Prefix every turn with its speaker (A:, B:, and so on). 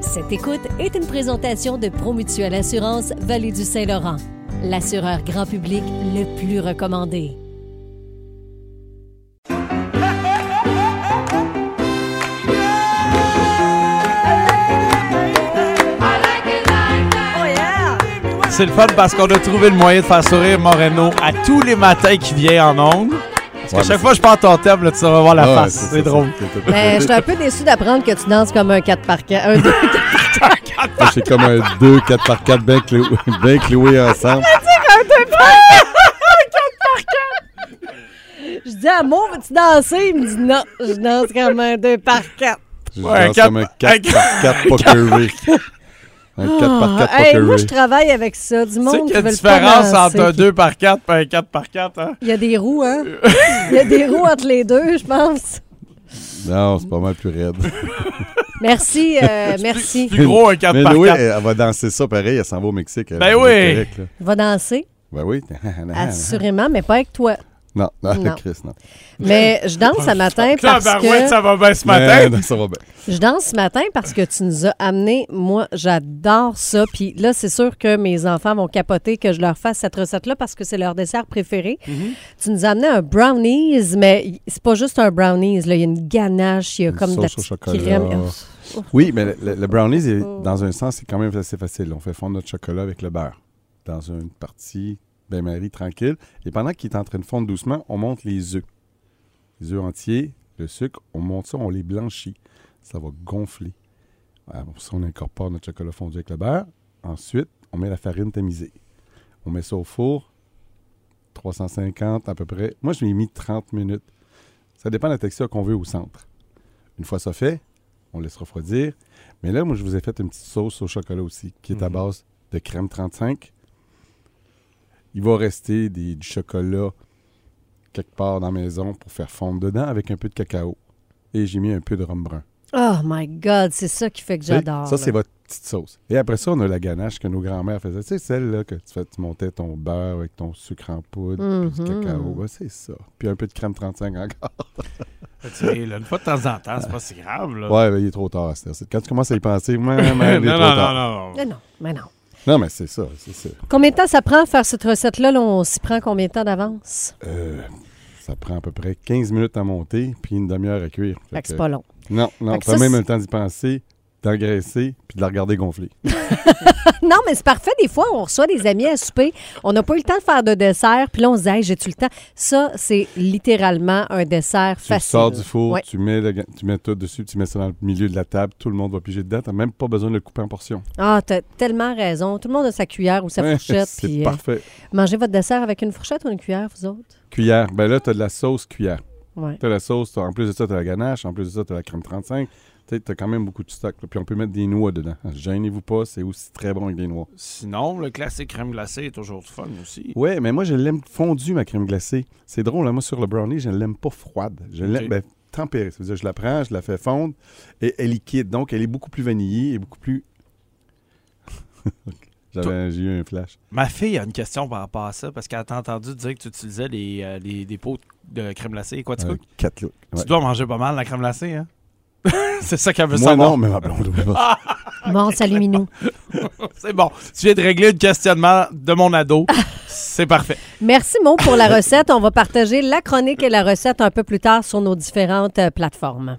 A: Cette écoute est une présentation de Promutuelle Assurance Vallée du Saint-Laurent, l'assureur grand public le plus recommandé.
B: C'est le fun parce qu'on a trouvé le moyen de faire sourire Moreno à tous les matins qui vient en ondes. Parce qu'à
C: Ouais,
B: chaque
C: mais
B: fois que je parle ton thème, là, tu vas voir la
C: Ah,
B: face.
C: ouais,
B: C'est
C: ça,
B: drôle.
C: c'est- c'est-
D: Ben, je suis un peu déçu d'apprendre que tu danses comme un 4 par 4. Un, deux, quatre-
C: Ah, C'est comme un 2, 4 par 4 bien, clou- bien cloué ensemble.
D: je dis à Mo, veux-tu danser? Il me dit non, je danse comme un 2 par 4.
C: Je
B: Ouais, un
C: danse
B: quatre-
C: comme un
B: un
C: 4 par 4 pas curvé. Un 4 par 4 pas
D: moi,
C: curvé.
D: je travaille avec ça. Du
B: Tu sais
D: monde
B: qu'il y
D: qui
B: a une
D: veut euh, pas
B: différence
D: danser.
B: entre un 2 par 4 et un 4 par 4, hein?
D: Il y a des roues, hein? Il y a des roues entre les deux, je pense.
C: Non, c'est pas mal plus raide.
D: Merci, euh,
B: C'est
D: merci.
B: Plus gros, un 4
C: Mais
B: par
C: Louis,
B: 4.
C: elle va danser ça pareil, elle s'en va au Mexique.
B: Ben
C: Elle
B: oui.
C: est correcte, là.
D: Va danser,
C: Ben oui.
D: Ah, assurément, mais pas avec toi.
C: Non, non,
D: Non.
C: Chris, non.
D: Mais je danse ce matin parce
B: Tabarouette,
D: que...
B: ben ça va bien ce
C: Mais,
B: matin.
C: non, ça va bien.
D: Je danse ce matin parce que tu nous as amené. Moi, j'adore ça. Puis là, c'est sûr que mes enfants vont capoter que je leur fasse cette recette-là parce que c'est leur dessert préféré.
C: Mhm.
D: Tu nous as amené un brownies, mais c'est pas juste un brownies. Là. Il y a une ganache, il y a
C: Une
D: comme de la
C: sauce au
D: petite
C: chocolat.
D: crème.
C: Oui, mais le, le brownies, est- dans un sens, c'est quand même assez facile. On fait fondre notre chocolat avec le beurre dans une partie bain-marie tranquille. Et pendant qu'il est en train de fondre doucement, on monte les œufs. Les œufs entiers, le sucre, on monte ça, on les blanchit. Ça va gonfler. Ah, bon, ça, on incorpore notre chocolat fondu avec le beurre. Ensuite, on met la farine tamisée. On met ça au four, 350 à peu près. Moi, je l'ai mis 30 minutes. Ça dépend de la texture qu'on veut au centre. Une fois ça fait, on laisse refroidir. Mais là, moi, je vous ai fait une petite sauce au chocolat aussi, qui est à base de crème 35. Il va rester des- du chocolat quelque part dans la maison pour faire fondre dedans avec un peu de cacao. Et j'ai mis un peu de rhum brun.
D: Oh my God, c'est ça qui fait que
C: Tu sais,
D: j'adore.
C: Ça, c'est
D: là.
C: votre petite sauce. Et après ça, on a la ganache que nos grands-mères faisaient. Tu sais, celle-là que tu, fais, tu montais ton beurre avec ton sucre en poudre, puis du
D: Mhm.
C: cacao. Ouais, c'est ça. Puis un peu de crème 35 encore.
B: Ah, Tu sais, là, Une fois de temps en temps, c'est pas si grave, là.
C: Ouais, ben, il est trop tard. c'est- c'est- Quand tu commences à y penser, man, man,
B: Non,
C: il est
B: Ah. non,
C: trop
B: non,
C: tard. Non,
B: non.
D: Mais non, mais non.
C: mais c'est ça, c'est ça.
D: Combien de temps ça prend faire cette recette-là? Là, on s'y prend combien de temps d'avance?
C: Euh, ça prend à peu près 15 minutes à monter, puis une demi-heure à cuire. Fait
D: Fait que c'est
C: que-
D: pas long.
C: Non, non,
D: Fait que
C: t'as
D: ça,
C: même
D: c'est-
C: le temps d'y penser, d'engraisser, puis de la regarder gonfler.
D: Non, mais c'est parfait. Des fois, on reçoit des amis à souper, on n'a pas eu le temps de faire de dessert, puis là, on se dit, hey, j'ai-tu le temps? Ça, c'est littéralement un dessert
C: Tu
D: facile.
C: sors du four,
D: Ouais.
C: tu, mets le ga- tu mets tout dessus, puis tu mets ça dans le milieu de la table, tout le monde va piger dedans, t'as même pas besoin de le couper en portions.
D: Ah, t'as tellement raison. Tout le monde a sa cuillère ou sa
C: Ouais,
D: fourchette.
C: C'est
D: Puis, euh,
C: parfait.
D: mangez votre dessert avec une fourchette ou une cuillère, vous autres?
C: Cuillère, ben là, t'as de la sauce cuillère.
D: Ouais.
C: T'as la sauce, t'as- en plus de ça, t'as la ganache, en plus de ça, t'as la crème 35. Tu as quand même beaucoup de stock. là. Puis on peut mettre des noix dedans. Gênez-vous pas, c'est aussi très bon avec des noix.
B: Sinon, le classique crème glacée est toujours du fun aussi.
C: Ouais, mais moi, je l'aime fondue, ma crème glacée. C'est drôle, là, moi, sur le brownie, je ne l'aime pas froide. Je l'aime
B: Ok.
C: ben, tempérée. Ça veut dire que je la prends, je la fais fondre et elle est liquide. Donc, elle est beaucoup plus vanillée et beaucoup plus. J'avais- J'ai eu un flash.
B: Ma fille a une question par rapport à ça, parce qu'elle t'a entendu dire que tu utilisais les, euh, les, des pots de crème glacée. Quoi, tu
C: Euh, quatre loups. Ouais.
B: Tu dois manger pas mal la crème glacée, hein? c'est ça qu'elle veut
C: Moi,
B: savoir.
C: non, mais ma blonde, oui.
D: Bon, salut Minou.
B: C'est bon. Tu viens de régler le questionnement de mon ado. c'est parfait.
D: Merci, Mo, pour la recette. On va partager la chronique et la recette un peu plus tard sur nos différentes euh, plateformes.